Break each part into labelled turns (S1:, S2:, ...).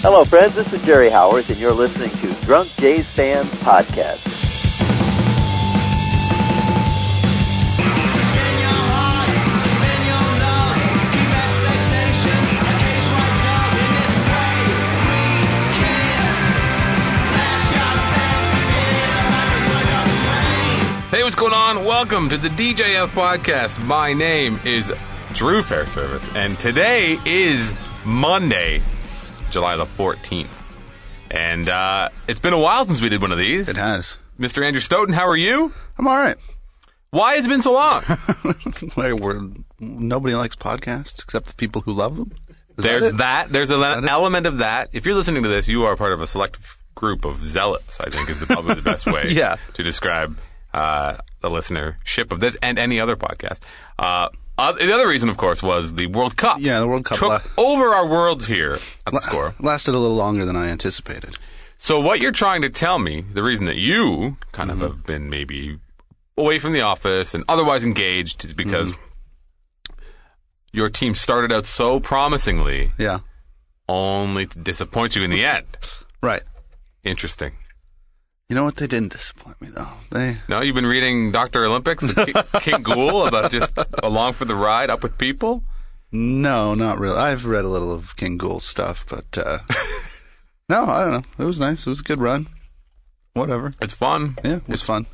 S1: Hello, friends. This is Jerry Howard, and you're listening to Drunk Jays Fans Podcast.
S2: Hey, what's going on? Welcome to the DJF podcast. My name is Drew Fair Service, and today is Monday, July the 14th. And uh, it's been a while since we did one of these.
S3: It has.
S2: Mr. Andrew Stoughton, how are you?
S3: I'm all right.
S2: Why has it been so long?
S3: Like, we're, nobody likes podcasts except the people who love them. Is
S2: There's
S3: that.
S2: that,
S3: it?
S2: There's an
S3: it?
S2: element of that. If you're listening to this, you are part of a select f- group of zealots. I think is the, probably the best way
S3: Yeah.
S2: to describe uh, the listenership of this and any other podcast. Uh, oth- the other reason, of course, was the World Cup.
S3: Yeah, the World Cup
S2: took
S3: la-
S2: over our worlds here at the score.
S3: Lasted a little longer than I anticipated.
S2: So what you're trying to tell me, the reason that you kind
S3: Mm-hmm.
S2: of have been maybe away from the office and otherwise engaged, is because
S3: Mm-hmm.
S2: your team started out so promisingly,
S3: Yeah.
S2: only to disappoint you in the end.
S3: Right.
S2: Interesting.
S3: You know what? They didn't disappoint me, though. They.
S2: No, you've been reading Doctor Olympics, the Ki- King Ghoul, about just along for the ride, up with people.
S3: No, not really. I've read a little of King Ghoul's stuff, but. Uh, no, I don't know. It was nice. It was a good run. Whatever.
S2: It's fun.
S3: Yeah, it was fun.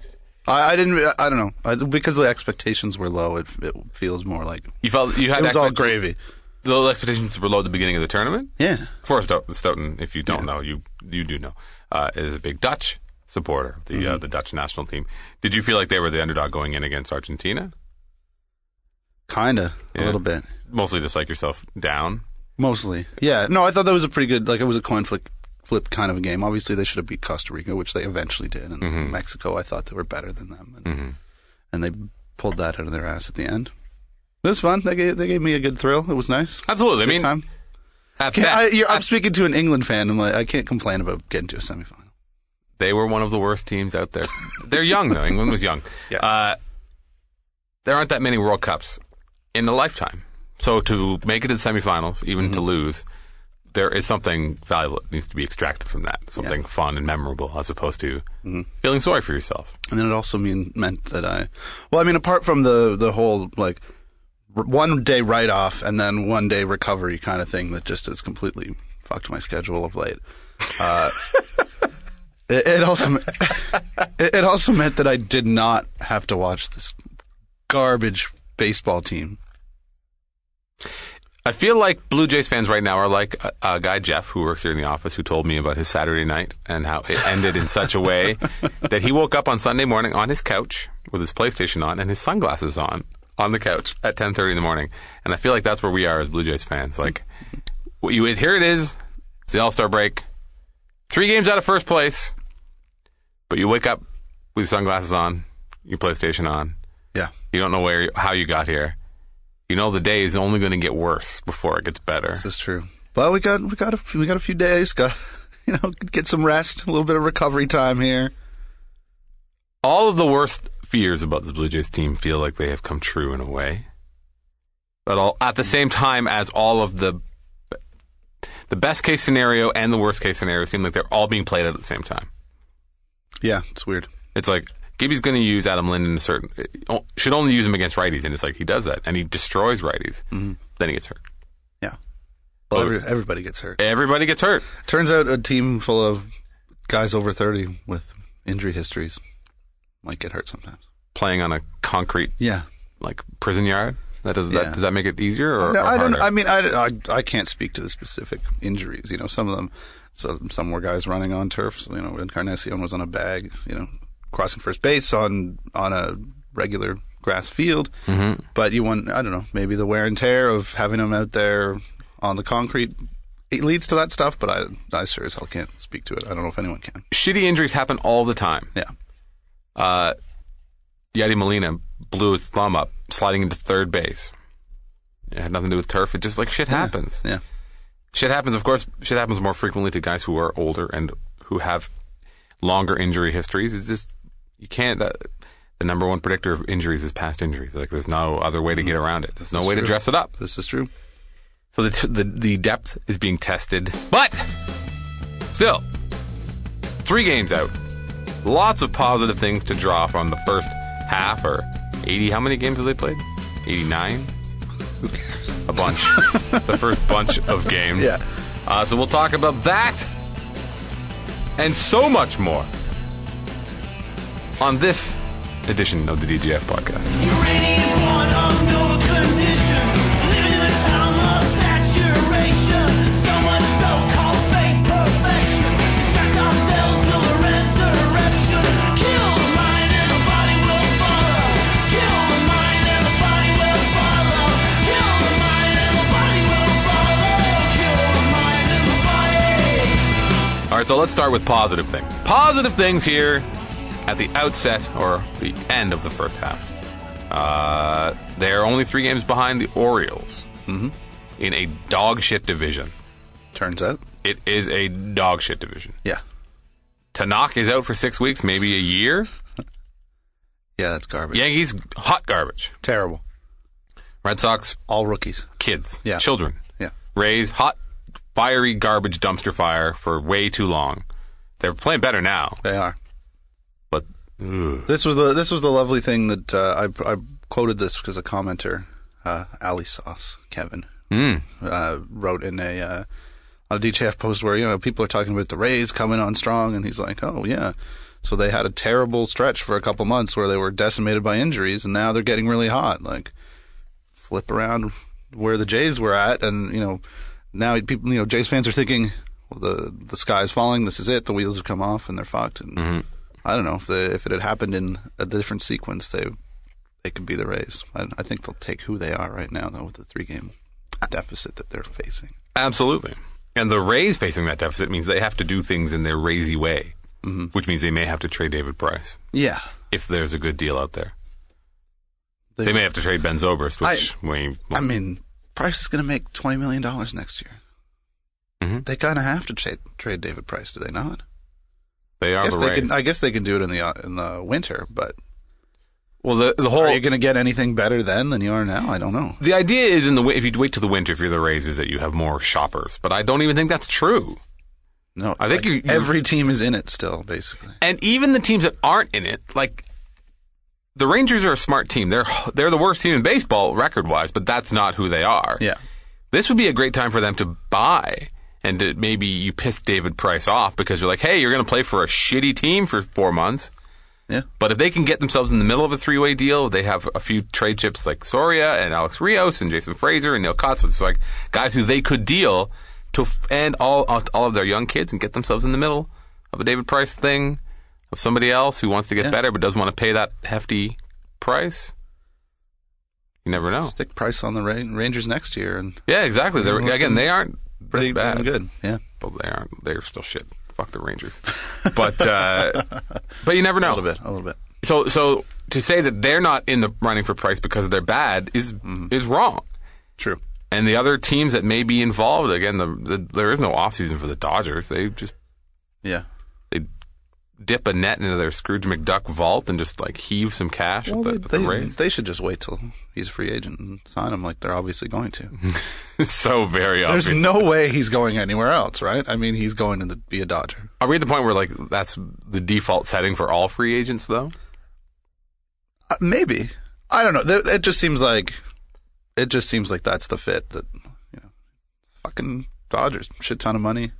S3: I, I didn't. I don't know. I, because the expectations were low, it, it feels more like.
S2: You felt you had
S3: It was all
S2: expect-
S3: gravy.
S2: The expectations were low at the beginning of the tournament.
S3: Yeah.
S2: Forrest Stout- Stoughton, if you don't know, you you do know, uh, is a big Dutch supporter of the
S3: Mm-hmm.
S2: uh, the Dutch national team. Did you feel like they were the underdog going in against Argentina?
S3: Kinda.
S2: Yeah.
S3: A little bit.
S2: Mostly to psych yourself down.
S3: Mostly, yeah. No, I thought that was a pretty good. Like it was a coin flip, flip kind of a game. Obviously, they should have beat Costa Rica, which they eventually did, and
S2: Mm-hmm.
S3: Mexico. I thought they were better than them,
S2: Mm.
S3: and, and they pulled that out of their ass at the end. It was fun. They gave they gave me a good thrill. It was nice.
S2: Absolutely. I
S3: Good
S2: mean,
S3: time.
S2: at
S3: Can-
S2: best,
S3: I, you're, I'm speaking to an England fan. I'm like, I can't complain about getting to a semifinal.
S2: They were one of the worst teams out there. They're young though. England was young.
S3: Yeah.
S2: Uh, there aren't that many World Cups in a lifetime. So to make it to the semifinals, even to lose, there is something valuable that needs to be extracted from that. Something fun and memorable, as opposed to feeling sorry for yourself.
S3: And then it also mean, meant that I, well, I mean, apart from the the whole like r- one day write off and then one day recovery kind of thing that just has completely fucked my schedule of late. Uh, it, it also me- it, it also meant that I did not have to watch this garbage baseball team.
S2: I feel like Blue Jays fans right now are like a, a guy Jeff who works here in the office who told me about his Saturday night and how it ended in such a way that he woke up on Sunday morning on his couch with his PlayStation on and his sunglasses on on the couch at 10:30 in the morning. And I feel like that's where we are as Blue Jays fans. Like what you here it is. It's the All-Star break. 3 games out of first place. But you wake up with your sunglasses on, your PlayStation on,
S3: Yeah,
S2: you don't know where how you got here. You know the day is only going to get worse before it gets better.
S3: this is true. Well, we got we got a, few- we got a few days. Got you know get some rest, a little bit of recovery time here.
S2: All of the worst fears about the Blue Jays team feel like they have come true in a way. But all, at the same time as all of the the best case scenario and the worst case scenario seem like they're all being played out at the same time.
S3: Yeah, it's weird.
S2: It's like Gibby's going to use Adam Lind in a certain should only use him against righties, and it's like he does that and he destroys righties. Then he gets hurt.
S3: Mm-hmm. Yeah. Well,
S2: Oh.
S3: every, everybody gets hurt.
S2: Everybody gets hurt.
S3: Turns out a team full of guys over 30 with injury histories might get hurt sometimes.
S2: Playing on a concrete
S3: Yeah.
S2: like prison yard? That does
S3: Yeah.
S2: that does that make it easier or,
S3: No,
S2: or
S3: I don't
S2: harder?
S3: I mean I, don't- I, I can't speak to the specific injuries, you know, some of them so, some were guys running on turfs, you know, Encarnacion was on a bag, you know, crossing first base on on a regular grass field. Mm-hmm. But you want I don't know, maybe the wear and tear of having them out there on the concrete it leads to that stuff, but I I sure as hell can't speak to it. I don't know if anyone can.
S2: Shitty injuries happen all the time.
S3: Yeah.
S2: Uh, Yadi Molina blew his thumb up sliding into third base. It had nothing to do with turf. It just like shit happens.
S3: Yeah.
S2: Shit happens. Of course, shit happens more frequently to guys who are older and who have longer injury histories. It's just you can't. Uh, the number one predictor of injuries is past injuries. Like there's no other way to get around it. There's no way to
S3: Mm-hmm. true.
S2: dress it up.
S3: This is true.
S2: So the, t- the the depth is being tested, but Still, three games out. Lots of positive things to draw from the first half or 80. How many games have they played? 89? A bunch. the first bunch of games.
S3: Yeah.
S2: Uh, so we'll talk about that and so much more on this edition of the DGF podcast. All right, so let's start with positive things. Positive things here at the outset or the end of the first half. Uh, they're only three games behind the Orioles in a dog shit division.
S3: Turns out.
S2: It is a dog shit division.
S3: Yeah.
S2: Tanakh is out for six weeks, maybe a year.
S3: Yeah, that's garbage.
S2: Yankees, hot garbage.
S3: Terrible.
S2: Red Sox,
S3: All rookies.
S2: kids,
S3: Yeah.
S2: children.
S3: Yeah.
S2: Rays, hot, fiery garbage dumpster fire for way too long. They're playing better now,
S3: They are.
S2: but ugh.
S3: This was the this was the lovely thing that uh, I, I quoted this because a commenter, uh, Ali Sauce Kevin, uh, wrote in a uh, on a DHF post where you know people are talking about the Rays coming on strong, and he's like, oh yeah. So they had a terrible stretch for a couple months where they were decimated by injuries, and now they're getting really hot. Like flip around where the Jays were at, and you know now people, you know Jays fans are thinking, well the the sky's falling, this is it, the wheels have come off, and they're fucked. And
S2: Mm-hmm.
S3: I don't know if the if it had happened in a different sequence, they they could be the Rays. I, I think they'll take who they are right now though with the three game deficit that they're facing.
S2: Absolutely. And the Rays facing that deficit means they have to do things in their Raisy way,
S3: Mm-hmm.
S2: which means they may have to trade David Price
S3: Yeah,
S2: if there's a good deal out there. They, may have to trade Ben Zobrist, which we.
S3: I mean, Price is going to make twenty million dollars next year.
S2: Mhm.
S3: They kind of have to trade trade David Price, do they not?
S2: they
S3: I
S2: are
S3: guess
S2: the
S3: they
S2: Rays.
S3: can. I guess they can do it in the uh, in the winter, but
S2: well, the, the whole
S3: are you going to get anything better then than you are now? I don't know.
S2: the idea is in the wi- if you wait till the winter if you're the Rays is that you have more shoppers, but I don't even think that's true.
S3: No,
S2: I think
S3: like,
S2: you- you-
S3: every team is in it still, basically.
S2: And even the teams that aren't in it, like the Rangers are a smart team. They're they're the worst team in baseball record wise, but that's not who they are.
S3: Yeah,
S2: this would be a great time for them to buy. And to maybe you piss David Price off because you're like, hey, you're going to play for a shitty team for four months.
S3: yeah.
S2: But if they can get themselves in the middle of a three way deal, they have a few trade chips like Soria and Alex Rios and Jason Fraser and Neil Kotz. It's like guys who they could deal to f- and all all of their young kids and get themselves in the middle of a David Price thing of somebody else who wants to get
S3: Yeah.
S2: better but doesn't want to pay that hefty price. You never know.
S3: Stick Price on the Ra- Rangers next year, and
S2: Yeah, exactly. They're,
S3: Looking
S2: again, they aren't pretty
S3: pretty
S2: bad.
S3: damn good. Yeah,
S2: But they aren't. They're still shit. Fuck the Rangers. But uh, but you never know.
S3: a little bit, a little bit.
S2: So so to say that they're not in the running for Price because they're bad is
S3: Mm-hmm.
S2: is wrong.
S3: True.
S2: And the other teams that may be involved again, the, the there is no offseason for the Dodgers. They just
S3: Yeah.
S2: they dip a net into their Scrooge McDuck vault and just like heave some cash
S3: Well,
S2: at the,
S3: they,
S2: at the
S3: they-
S2: Rays.
S3: they should just wait till he's a free agent and sign him, like they're obviously going to.
S2: so very
S3: There's
S2: obvious.
S3: no way he's going anywhere else, right? I mean, he's going to the, be a Dodger.
S2: Are we at the point where like that's the default setting for all free agents though?
S3: Uh, maybe I don't know. Th- It just seems like it just seems like that's the fit that you know, fucking Dodgers, shit ton of money.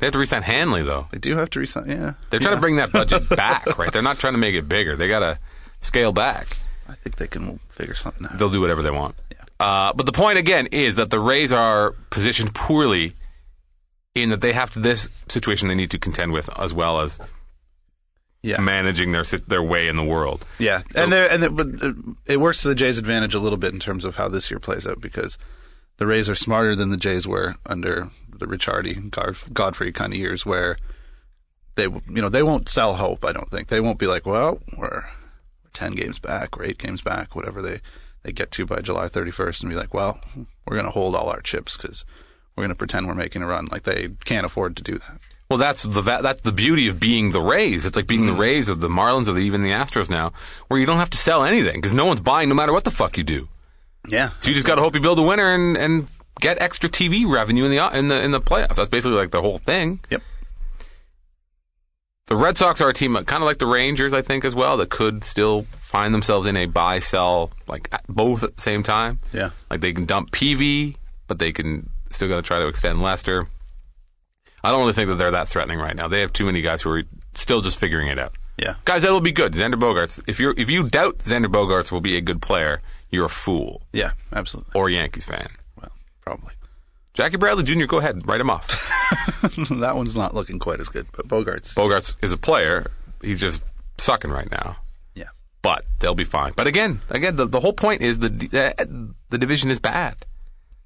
S2: They have to resign Hanley though.
S3: They do have to resign. Yeah,
S2: They're trying
S3: Yeah.
S2: to bring that budget back, right? They're not trying to make it bigger. They got to scale back.
S3: I think they can figure something out.
S2: They'll do whatever they want.
S3: Yeah.
S2: Uh, but the point again is that the Rays are positioned poorly in that they have to this situation they need to contend with as well as
S3: yeah,
S2: managing their sit- their way in the world.
S3: Yeah, and there and it, but it- it works to the Jays' advantage a little bit in terms of how this year plays out because the Rays are smarter than the Jays were under the Ricciardi God, Godfrey kind of years, where they w- you know they won't sell hope. I don't think they won't be like, well, we're we're ten games back, we're eight games back, whatever they they get to by July thirty first, and be like, well, we're gonna hold all our chips because we're gonna pretend we're making a run. Like they can't afford to do that.
S2: Well, that's the va- that's the beauty of being the Rays. It's like being
S3: Mm.
S2: the Rays or the Marlins or the, even the Astros now, where you don't have to sell anything because no one's buying no matter what the fuck you do.
S3: Yeah,
S2: So you just got to hope you build a winner and, and get extra TV revenue in the in the in the playoffs. That's basically like the whole thing.
S3: Yep.
S2: The Red Sox are a team kind of like the Rangers, I think, as well, that could still find themselves in a buy sell, like at- both at the same time.
S3: Yeah.
S2: Like they can dump PV, but they can still got to try to extend Lester. I don't really think that they're that threatening right now. They have too many guys who are still just figuring it out.
S3: Yeah.
S2: Guys, that'll be good. Xander Bogarts. If you if you doubt Xander Bogarts will be a good player, you're a fool
S3: Yeah, absolutely.
S2: or a Yankees fan.
S3: Well, probably.
S2: Jackie Bradley Jr. Go ahead, write him off.
S3: that one's not looking quite as good, but Bogart's.
S2: Bogarts is a player. He's just sucking right now,
S3: yeah.
S2: but they'll be fine. But again, again, the, the whole point is the d- uh, the division is bad.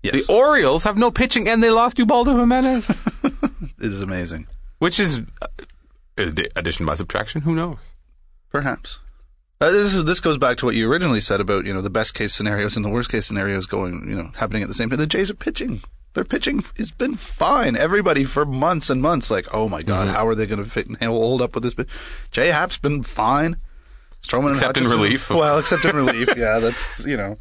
S3: Yes.
S2: The Orioles have no pitching, and they lost Ubaldo Jimenez,
S3: it is amazing.
S2: which is uh, addi- addition by subtraction. Who knows?
S3: Perhaps. Uh, this is, this goes back to what you originally said about you know the best case scenarios and the worst case scenarios going you know happening at the same time. The Jays are pitching. Their pitching has been fine. Everybody for months and months, like, oh my god,
S2: Mm-hmm.
S3: how are they going to fit and hold up with this? But Jay Happ's been fine. Stroman
S2: Except in
S3: and Hutchinson-
S2: relief.
S3: Well, except in relief, yeah, that's you know,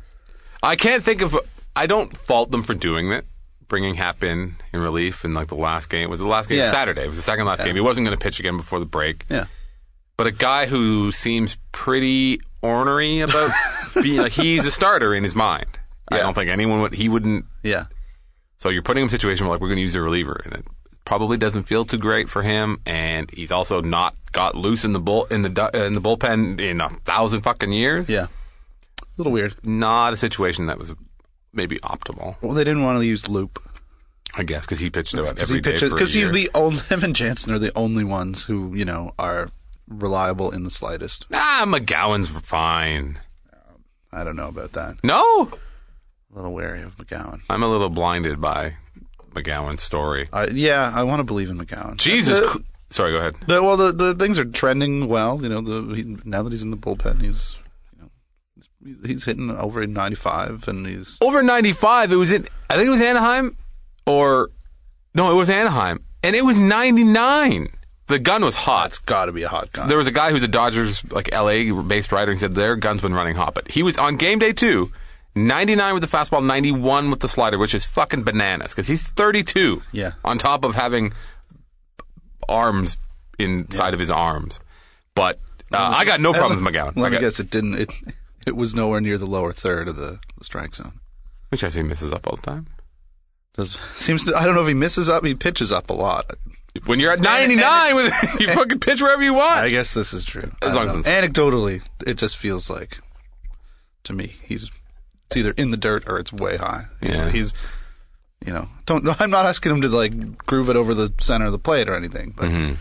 S2: I can't think of. I don't fault them for doing that. Bringing Hap in in relief in like the last game. It was the last game
S3: Yeah.
S2: Saturday. It was the second last game. He wasn't going to pitch again before the break.
S3: yeah,
S2: But a guy who seems pretty ornery about being like he's a starter in his mind. I
S3: Yeah.
S2: don't think anyone would. He wouldn't.
S3: yeah,
S2: So you're putting him in a situation where like we're going to use a reliever, and it probably doesn't feel too great for him. And he's also not got loose in the bull in the du- in the bullpen in a thousand fucking years.
S3: yeah. A little weird.
S2: Not a situation that was maybe optimal.
S3: Well, they didn't want to use Loop.
S2: I guess because he pitched about
S3: Because
S2: every
S3: he
S2: day
S3: pitches
S2: for a
S3: because he's
S2: year.
S3: the only him and Jansen are the only ones who you know are reliable in the slightest.
S2: ah McGowan's fine.
S3: I don't know about that.
S2: No,
S3: A little wary of McGowan.
S2: I'm a little blinded by McGowan's story.
S3: I yeah, I want to believe in McGowan.
S2: Jesus,
S3: The-
S2: Cr- sorry, go ahead.
S3: the- well, the the things are trending well. You know, the he, now that he's in the bullpen, he's you know he's, he's hitting over ninety five, and he's
S2: Over 95, it was in I think it was Anaheim or no, it was Anaheim, and it was 99. The gun was hot.
S3: it's got to be a hot guy.
S2: There was a guy who's a Dodgers like LA based writer. He said their gun's been running hot, but he was on game day two, 99 with the fastball, 91 with the slider, which is fucking bananas because he's 32.
S3: Yeah.
S2: On top of having arms inside of his arms, but uh, I got no problem with McGowan.
S3: Let
S2: I
S3: me
S2: got,
S3: guess, it didn't. It it was nowhere near the lower third of the, the strike zone.
S2: which I see misses up all the time.
S3: Does seems to I don't know if he misses up, he pitches up a lot.
S2: When you're at 99, with, you fucking pitch wherever you want.
S3: I guess this is true.
S2: As
S3: I
S2: long
S3: don't
S2: as
S3: know. anecdotally, it just feels like to me he's it's either in the dirt or it's way high. He's,
S2: Yeah.
S3: he's you know don't. I'm not asking him to like groove it over the center of the plate or anything, but
S2: Mm-hmm.
S3: I'd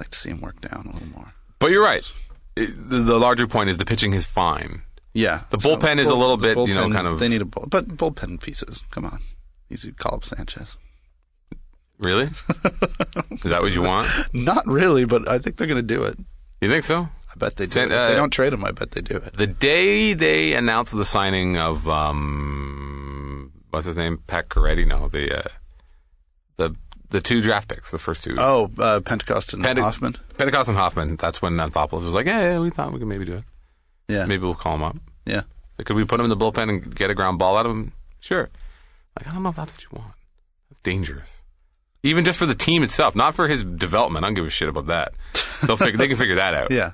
S3: like to see him work down a little more.
S2: But you're right. It- the, the larger point is the pitching is fine.
S3: Yeah,
S2: The bullpen is a little bit, you know, kind of-
S3: They need a bull, but bullpen pieces. Come on, easy to call up Sanchez.
S2: Really? is that what you want?
S3: Not really, but I think they're going to do it.
S2: You think so?
S3: I bet they do.
S2: San-
S3: it. if they
S2: uh,
S3: don't trade him, I bet they do it.
S2: The day they announced the signing of um, what's his name, Pat Coretti? No, the uh, the the two draft picks, the first two,
S3: Oh, uh, Pentecost and
S2: Pente-
S3: Hoffman.
S2: Pentecost and Hoffman. That's when Anthopoulos was like, "Hey, we thought we could maybe do it.
S3: Yeah,
S2: Maybe we'll call him up.
S3: yeah.
S2: So could we put him in the bullpen and get a ground ball out of him? Sure. Like, I don't know if that's what you want. That's dangerous. Even just for the team itself, not for his development. I don't give a shit about that. They'll figure, they can figure that out.
S3: Yeah.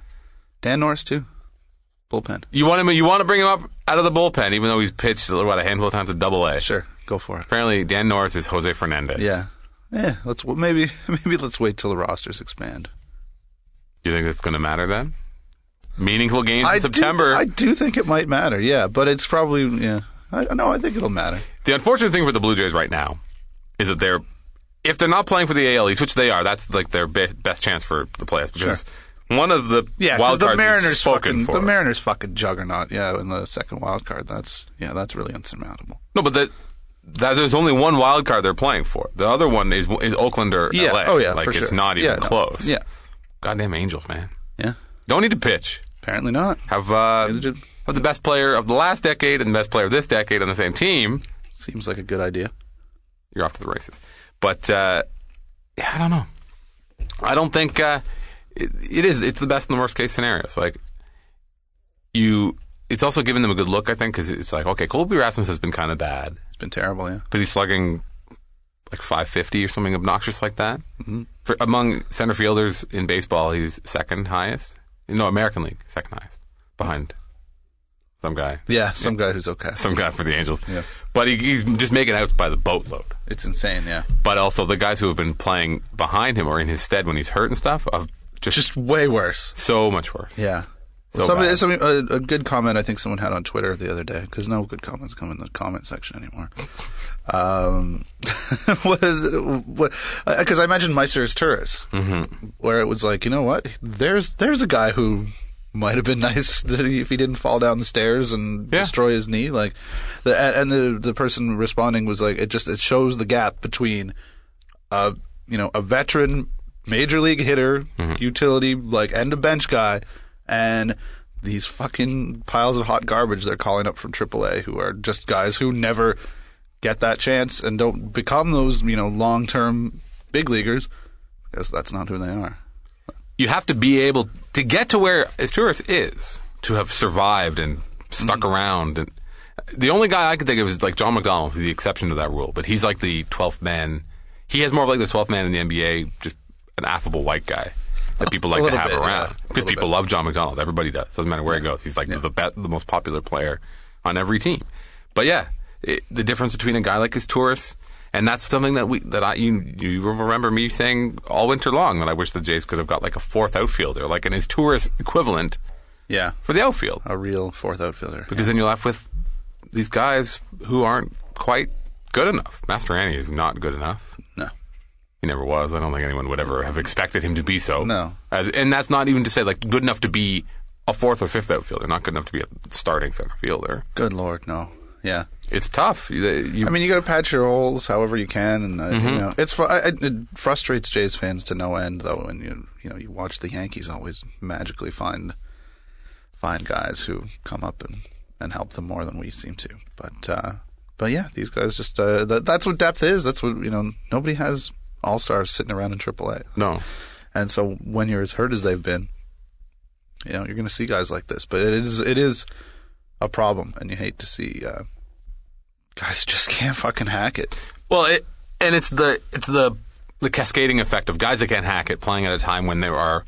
S3: Dan Norris too. Bullpen.
S2: You want him? You want to bring him up out of the bullpen, even though he's pitched what a handful of times at Double A.
S3: Sure. Go for it.
S2: Apparently, Dan Norris is Jose Fernandez.
S3: Yeah. Yeah. Let's well, maybe maybe let's wait till the rosters expand.
S2: You think that's going to matter then? Meaningful games
S3: I
S2: in September.
S3: Do, I do think it might matter. Yeah, but it's probably yeah. I no, I think it'll matter.
S2: The unfortunate thing for the Blue Jays right now is that they're if they're not playing for the AL East, which they are, that's like their be- best chance for the playoffs because one of the
S3: Yeah, 'cause
S2: wild
S3: the
S2: cards
S3: Mariners
S2: is spoken
S3: fucking
S2: for.
S3: the Mariners fucking juggernaut. Yeah, in the second wild card. That's yeah, that's really insurmountable.
S2: no, but that, that there's only one wild card they're playing for. The other one is is Oakland or
S3: Yeah.
S2: LA.
S3: Oh yeah.
S2: like
S3: for
S2: it's
S3: sure.
S2: not even
S3: Yeah, no.
S2: close.
S3: Yeah.
S2: goddamn Angels, man.
S3: Yeah.
S2: Don't need to pitch.
S3: Apparently not.
S2: Have uh,
S3: Neither did-
S2: have the best player of the last decade and the best player of this decade on the same team.
S3: Seems like a good idea.
S2: you're off to the races. But uh, yeah, I don't know. I don't think uh, it, it is. It's the best and the worst case scenarios. Like you, it's also giving them a good look. I think because it's like okay, Colby Rasmus has been kind of bad,
S3: It's been terrible. Yeah.
S2: but he's slugging like 550 or something obnoxious like that. For, among center fielders in baseball, he's second highest. No, American League, second highest, behind some guy,
S3: Yeah, some guy who's okay.
S2: some guy for the Angels.
S3: Yeah.
S2: But he, he's just making outs by the boatload.
S3: It's insane. Yeah,
S2: But also the guys who have been playing behind him or in his stead when he's hurt and stuff have just,
S3: just way worse.
S2: so much worse.
S3: Yeah.
S2: So
S3: somebody,
S2: bad.
S3: somebody, a, a good comment I think someone had on Twitter the other day because no good comments come in the comment section anymore. Um, was because I mentioned Meiser's Tourist,
S2: Mm-hmm.
S3: where it was like, you know what? There's there's a guy who might have been nice that he- if he didn't fall down the stairs and
S2: Yeah.
S3: destroy his knee. Like, the, and the the person responding was like, it just it shows the gap between a you know a veteran major league hitter, utility like and a bench guy, and these fucking piles of hot garbage they're calling up from AAA, who are just guys who never get that chance and don't become those you know long term big leaguers because that's not who they are.
S2: You have to be able to get to where Asturias is to have survived and stuck
S3: Mm-hmm.
S2: around. And the only guy I could think of is like John McDonald, who's the exception to that rule, but he's like the 12th man. He has more of like the 12th man in the NBA, just an affable white guy that people like to
S3: little
S2: have
S3: bit, yeah.
S2: around.
S3: A
S2: Because
S3: little
S2: people
S3: bit.
S2: love John McDonald. Everybody does. Doesn't matter where he goes. He's like the, be- the most popular player on every team. But yeah, it, the difference between a guy like his tourist, and that's something that we that I you you remember me saying all winter long that I wish the Jays could have got like a fourth outfielder, like an his tourist equivalent
S3: Oh, Yeah,
S2: for the outfield,
S3: a real fourth outfielder.
S2: because then you're left with these guys who aren't quite good enough. Master Annie is not good enough.
S3: No.
S2: He never was. I don't think anyone would ever have expected him to be so.
S3: No.
S2: As, and that's not even to say like good enough to be a fourth or fifth outfielder, not good enough to be a starting center fielder.
S3: Good lord, no. Yeah.
S2: It's tough. You, you-
S3: I mean, you got to patch your holes however you can, and uh, you know, it's fu- I, it frustrates Jays fans to no end, though. When you you know you watch the Yankees always magically find find guys who come up and, and help them more than we seem to. But uh, but yeah, these guys just uh, th- that's what depth is. That's what you know. Nobody has all stars sitting around in AAA,
S2: no.
S3: and so when you're as hurt as they've been, you know you're going to see guys like this. But it is it is a problem, and you hate to see. Uh, Guys just can't fucking hack it.
S2: Well, it, and it's the it's the the cascading effect of guys that can't hack it playing at a time when there are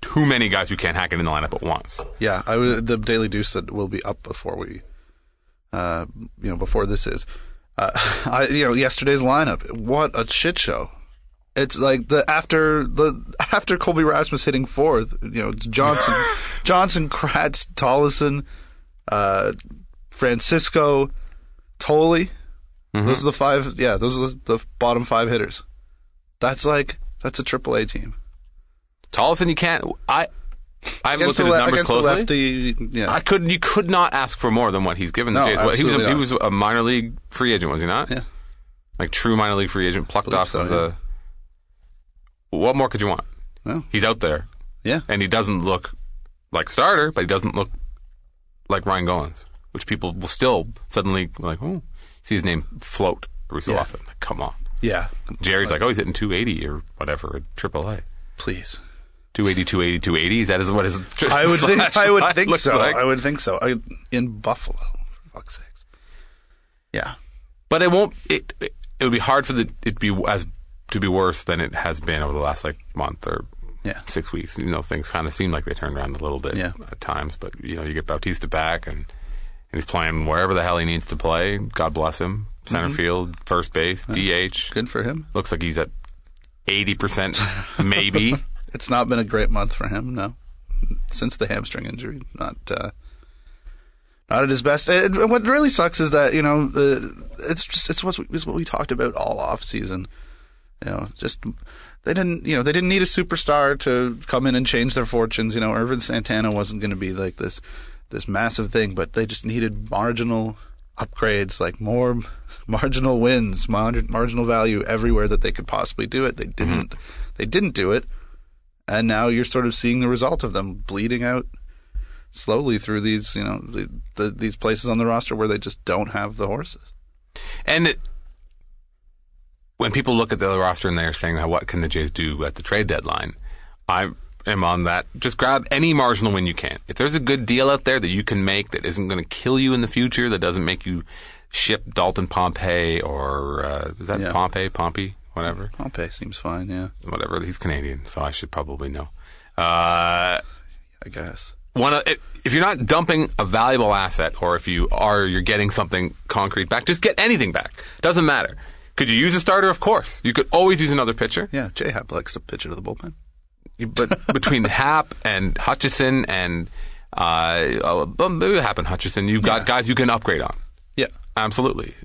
S2: too many guys who can't hack it in the lineup at once.
S3: Yeah, I was, the Daily Deuce that will be up before we, uh, you know, before this is, uh, I, you know, yesterday's lineup. What a shit show! It's like the after the after Colby Rasmus hitting fourth, you know, it's Johnson, Johnson, Kratz, Tollison, uh, Francisco, Tolley.
S2: Mm-hmm.
S3: Those are the five. Yeah, those are the, the bottom five hitters. That's like that's a AAA team.
S2: Tallison, you can't. I I haven't looked at
S3: the
S2: his
S3: le-
S2: numbers
S3: against the
S2: closely.
S3: lefty, yeah.
S2: I could you could not ask for more than what he's given the
S3: No,
S2: Jays. What- He was a,
S3: absolutely
S2: he was a minor league free agent, was he not?
S3: Yeah.
S2: Like true minor league free agent, plucked
S3: Believe
S2: off
S3: so,
S2: of the. What more could you want?
S3: Well,
S2: He's out there,
S3: yeah.
S2: and he doesn't look like starter, but he doesn't look like Ryan Goins, which people will still suddenly like. Oh, see his name float every so
S3: Yeah.
S2: often. Like, come on,
S3: Yeah.
S2: Jerry's like, oh, he's hitting 280 or whatever at AAA.
S3: Please.
S2: 280, 280, 280. Is that is what his
S3: I would think. I would think
S2: looks
S3: so.
S2: like?
S3: I would think so. I, in Buffalo, for fuck's sakes. Yeah.
S2: But it won't. It it, it would be hard for the it be as to be worse than it has been over the last like month or
S3: Yeah.
S2: six weeks. You know, things kind of seem like they turned around a little bit
S3: Yeah.
S2: at times. But you know, you get Bautista back and and he's playing wherever the hell he needs to play. God bless him. Center field, first base, DH.
S3: Mm-hmm. Good for him.
S2: Looks like he's at eighty percent, maybe.
S3: It's not been a great month for him. No. Since the hamstring injury, not. Uh, not at his best. And and what really sucks is that you know the it's just it's what we, it's what we talked about all off season. You know, just they didn't you know they didn't need a superstar to come in and change their fortunes. You know, Irvin Santana wasn't going to be like this this massive thing, but they just needed marginal upgrades, like more marginal wins, mar- marginal value everywhere that they could possibly do it. They didn't. They didn't do it. And now you're sort of seeing the result of them bleeding out slowly through these, you know, the, the, these places on the roster where they just don't have the horses.
S2: And it, when people look at the roster and they're saying, "Now, "What can the Jays do at the trade deadline?" I am on that. Just grab any marginal win you can. If there's a good deal out there that you can make that isn't going to kill you in the future, that doesn't make you ship Dalton Pompey or uh, is that
S3: Yeah.
S2: Pompey, Pompey, whatever,
S3: Pompey seems fine. Yeah,
S2: whatever. He's Canadian, so I should probably know. Uh,
S3: I guess.
S2: one, of- if, if you're not dumping a valuable asset, or if you are, you're getting something concrete back. Just get anything back. Doesn't matter. Could you use a starter? Of course. You could always use another pitcher.
S3: Yeah, J Hap likes to pitch it to the bullpen.
S2: but between Hap and Hutchison and uh, uh, but maybe Hap and Hutchison, you've got
S3: Yeah.
S2: guys you can upgrade on.
S3: Yeah,
S2: Absolutely,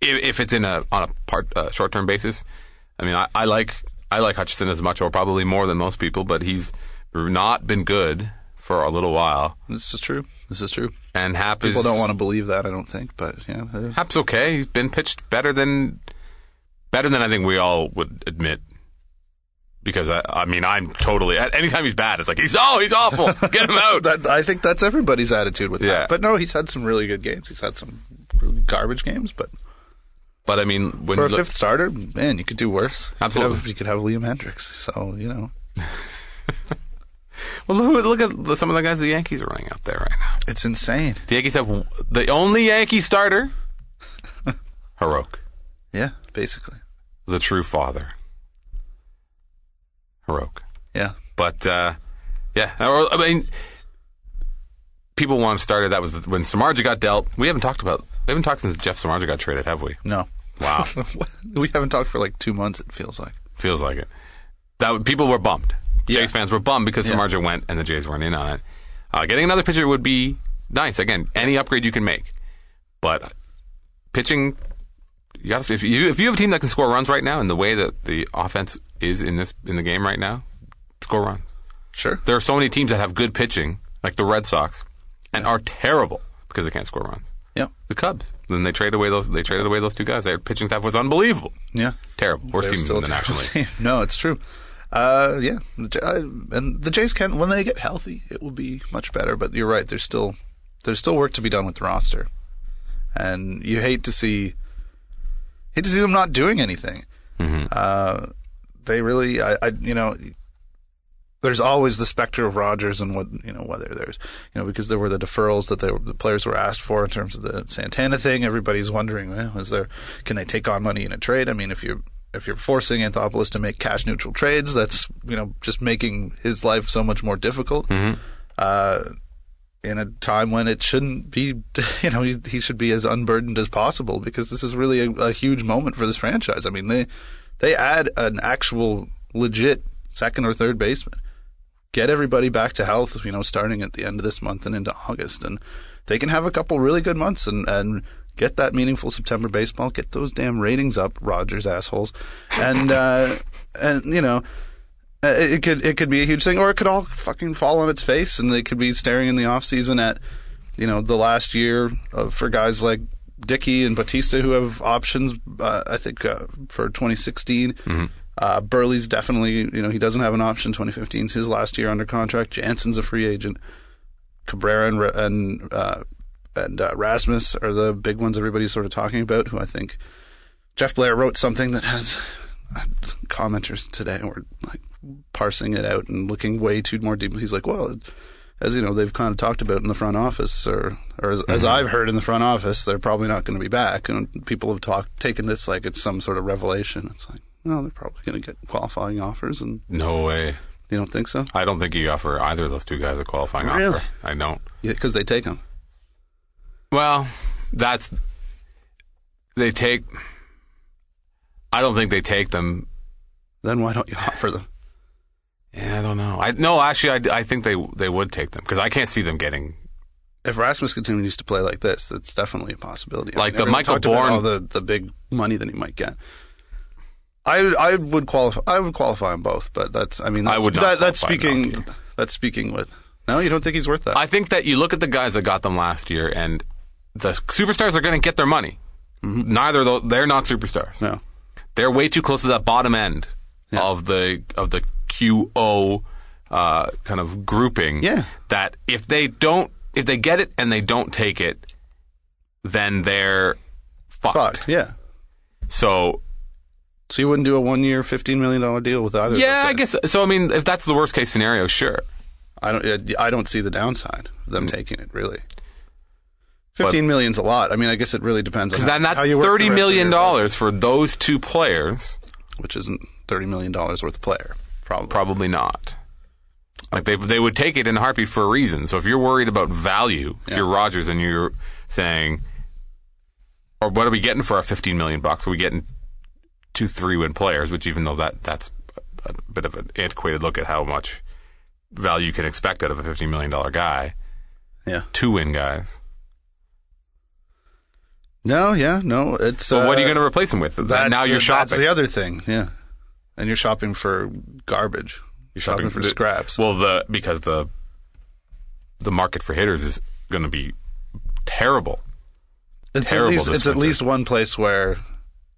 S2: if, if it's in a on a part uh, short term basis. I mean, I, I like I like Hutchison as much, or probably more than most people, but he's not been good for a little while.
S3: this is true. This is true.
S2: And Hap
S3: People
S2: is
S3: don't want to believe that, I don't think, but yeah, that is-
S2: Hap's okay. He's been pitched better than better than I think we all would admit. Because I, I mean, I'm totally. at- Anytime he's bad, it's like he's oh, he's awful. Get him out.
S3: that I think that's everybody's attitude with
S2: Yeah.
S3: that. But no, he's had some really good games. He's had some really garbage games, but
S2: But I mean, when
S3: for
S2: you
S3: a
S2: look,
S3: fifth starter, man, you could do worse. You could
S2: Absolutely.
S3: have- You could have, Liam Hendricks. So you know,
S2: well, who- look at the- some of the guys the Yankees are running out there right now.
S3: it's insane.
S2: The Yankees have w- the only Yankee starter, Hiroke,
S3: Yeah, basically.
S2: the true father, Hiroke.
S3: Yeah,
S2: But uh, yeah, or- I mean, people want to start it. That was when Samarja got dealt. We haven't talked about. We haven't talked since Jeff Samarja got traded, have we?
S3: no,
S2: Wow,
S3: we haven't talked for like two months. It feels like.
S2: feels like it. That people were bummed.
S3: Yeah.
S2: Jays fans were bummed because
S3: Yeah.
S2: Samarja went and the Jays weren't in on it. Uh, getting another pitcher would be nice. Again, any upgrade you can make, but pitching. You gotta, if you if you have a team that can score runs right now, and the way that the offense is in this in the game right now, score runs.
S3: Sure.
S2: There are so many teams that have good pitching, like the Red Sox, and are terrible because they can't score runs.
S3: Yeah.
S2: The Cubs. Then they traded away those. They traded away those two guys. Their pitching staff was unbelievable.
S3: Yeah.
S2: Terrible. Worst
S3: They're
S2: team
S3: still
S2: in the
S3: a
S2: National
S3: terrible
S2: League.
S3: team. No, it's true. Uh, yeah, The J- I- and the Jays can when they get healthy, it will be much better. But you're right; there's still there's still work to be done with the roster, and you hate to see hate to see them not doing anything. Uh, they really, I, I, you know, there's always the specter of Rogers and what you know whether there's you know because there were the deferrals that they, the players were asked for in terms of the Santana thing. Everybody's wondering, well, is there can they take on money in a trade? I mean, if you're if you're forcing Anthopoulos to make cash neutral trades, that's you know just making his life so much more difficult. Uh, in a time when it shouldn't be, you know, he, he should be as unburdened as possible because this is really a, a huge moment for this franchise. I mean, they they add an actual legit second or third baseman. Get everybody back to health, you know, starting at the end of this month and into August, and they can have a couple really good months and and get that meaningful September baseball, get those damn ratings up, Rogers assholes, and uh, and you know. Uh, it it could it could be a huge thing, or it could all fucking fall on its face, and they could be staring in the off season at, you know, the last year of, for guys like Dickey and Batista who have options. Uh, I think uh, for 2016, uh, Burley's definitely you know he doesn't have an option. 2015's his last year under contract. Jansen's a free agent. Cabrera and Ra- and uh, and uh, Rasmus are the big ones everybody's sort of talking about. Who I think Jeff Blair wrote something that has commenters today were like parsing it out and looking way too more deeply. He's like, well, as you know, they've kind of talked about in the front office, or or as,
S2: Mm-hmm.
S3: as I've heard in the front office, they're probably not going to be back. And people have talked taken this like it's some sort of revelation. It's like, no, they're probably going to get qualifying offers, and
S2: No way.
S3: you don't think so
S2: I don't think you offer either of those two guys a qualifying
S3: Really?
S2: offer. I don't.
S3: because they take them.
S2: Well, that's they take. I don't think they take them.
S3: Then why don't you offer them?
S2: Yeah, I don't know. I no, actually, I, I think they they would take them because I can't see them getting
S3: If Rasmus continues to play like this, that's definitely a possibility.
S2: Like the
S3: everyone
S2: Michael
S3: talked about
S2: Bourne-
S3: all the the big money that he might get. I I would qualify. I would qualify on both, but that's. I mean,
S2: I
S3: that's,
S2: would not
S3: that, that's
S2: qualify on
S3: speaking.
S2: Melky.
S3: That's speaking with. No, you don't think he's worth that?
S2: I think that you look at the guys that got them last year, and the superstars are going to get their money.
S3: Mm-hmm.
S2: Neither of those, they're not superstars.
S3: no.
S2: They're way too close to that bottom end
S3: Yeah.
S2: of the of the QO uh, kind of grouping.
S3: Yeah.
S2: That if they don't, if they get it and they don't take it, then they're fucked.
S3: Fucked. Yeah.
S2: So
S3: So you wouldn't do a one year, fifteen million dollar deal with either.
S2: yeah, I
S3: of those guys.
S2: guess so. I mean, if that's the worst case scenario, sure.
S3: I don't. I don't see the downside of them taking it really. Fifteen million's a lot. I mean, I guess it really depends on
S2: Because then
S3: how,
S2: that's
S3: how you work the
S2: thirty
S3: rest of
S2: million
S3: your-
S2: dollars for those two players.
S3: which isn't thirty million dollars worth of player. Probably.
S2: Probably not. Like they they would take it in a heartbeat for a reason. So if you're worried about value, if you're Rogers and you're saying, or what are we getting for our fifteen million bucks? Are we getting two three win players? Which even though that that's a bit of an antiquated look at how much value you can expect out of a fifteen million dollar guy,
S3: Yeah.
S2: two win guys.
S3: No. Yeah. No. It's.
S2: So what are you
S3: uh,
S2: going to replace him with?
S3: that's
S2: now you're
S3: the,
S2: shopping.
S3: That's the other thing. Yeah. And you're shopping for garbage.
S2: You're
S3: shopping for
S2: the-
S3: scraps.
S2: Well, the because the the market for hitters is going to be terrible.
S3: it's at
S2: terrible
S3: least,
S2: this
S3: it's at
S2: winter.
S3: least one place where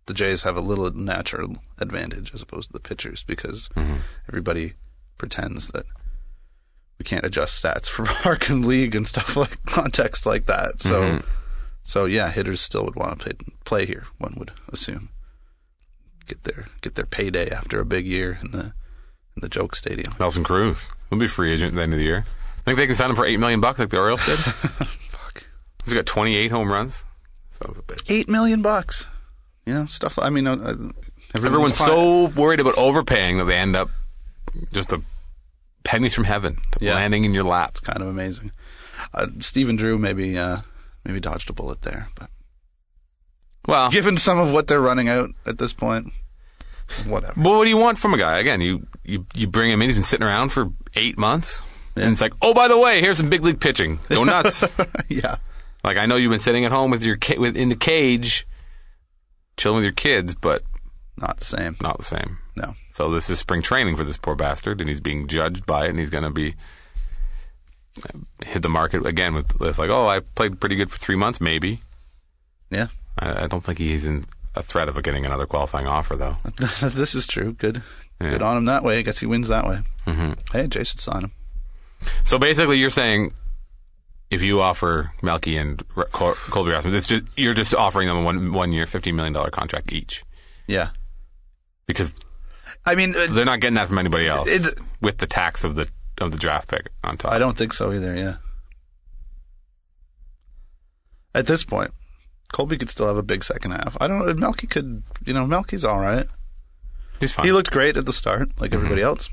S3: the Jays have a little natural advantage as opposed to the pitchers because
S2: Mm-hmm.
S3: everybody pretends that we can't adjust stats for Arkham League and stuff like context like that. So,
S2: Mm-hmm.
S3: so yeah, hitters still would want to play, play here. One would assume get their get their payday after a big year in the in the joke stadium.
S2: Nelson Cruz. He'll be a free agent at the end of the year. I think they can sign him for eight million bucks, like the Orioles did.
S3: Fuck.
S2: He's got twenty-eight home runs. Son of a bitch.
S3: eight million bucks. You know, stuff. I mean, uh, uh,
S2: Everyone's
S3: fine.
S2: so worried about overpaying that they end up just a pennies from heaven
S3: Yeah.
S2: landing in your lap.
S3: kind of amazing. Uh, Stephen Drew maybe uh, maybe dodged a bullet there, but
S2: Well,
S3: given some of what they're running out at this point, whatever.
S2: Well, what do you want from a guy? Again, you, you, you bring him in. He's been sitting around for eight months. And it's like, oh, by the way, here's some big league pitching. Go nuts.
S3: yeah,
S2: like, I know you've been sitting at home with your ki- with, in the cage, chilling with your kids, but
S3: not the same.
S2: not the same.
S3: No,
S2: So this is spring training for this poor bastard, and he's being judged by it, and he's going to be hit the market again with, with like, oh, I played pretty good for three months, maybe.
S3: yeah,
S2: I, I don't think he's in a threat of getting another qualifying offer, though.
S3: this is true. Good,
S2: Yeah.
S3: good on him that way. I guess he wins that way. Hey, Jay should sign him.
S2: So basically, you're saying if you offer Melky and R- Col- Colby Rasmussen, it's just you're just offering them a one one year, fifteen million dollar contract each
S3: Yeah,
S2: because
S3: I mean, uh,
S2: they're not getting that from anybody else
S3: It's-
S2: with the tax of the of the draft pick on top.
S3: I don't think so either. Yeah. At this point, Colby could still have a big second half. I don't know. Melky could, you know, Melky's all right.
S2: He's fine. Mm-hmm.
S3: He looked great at the start, like everybody else.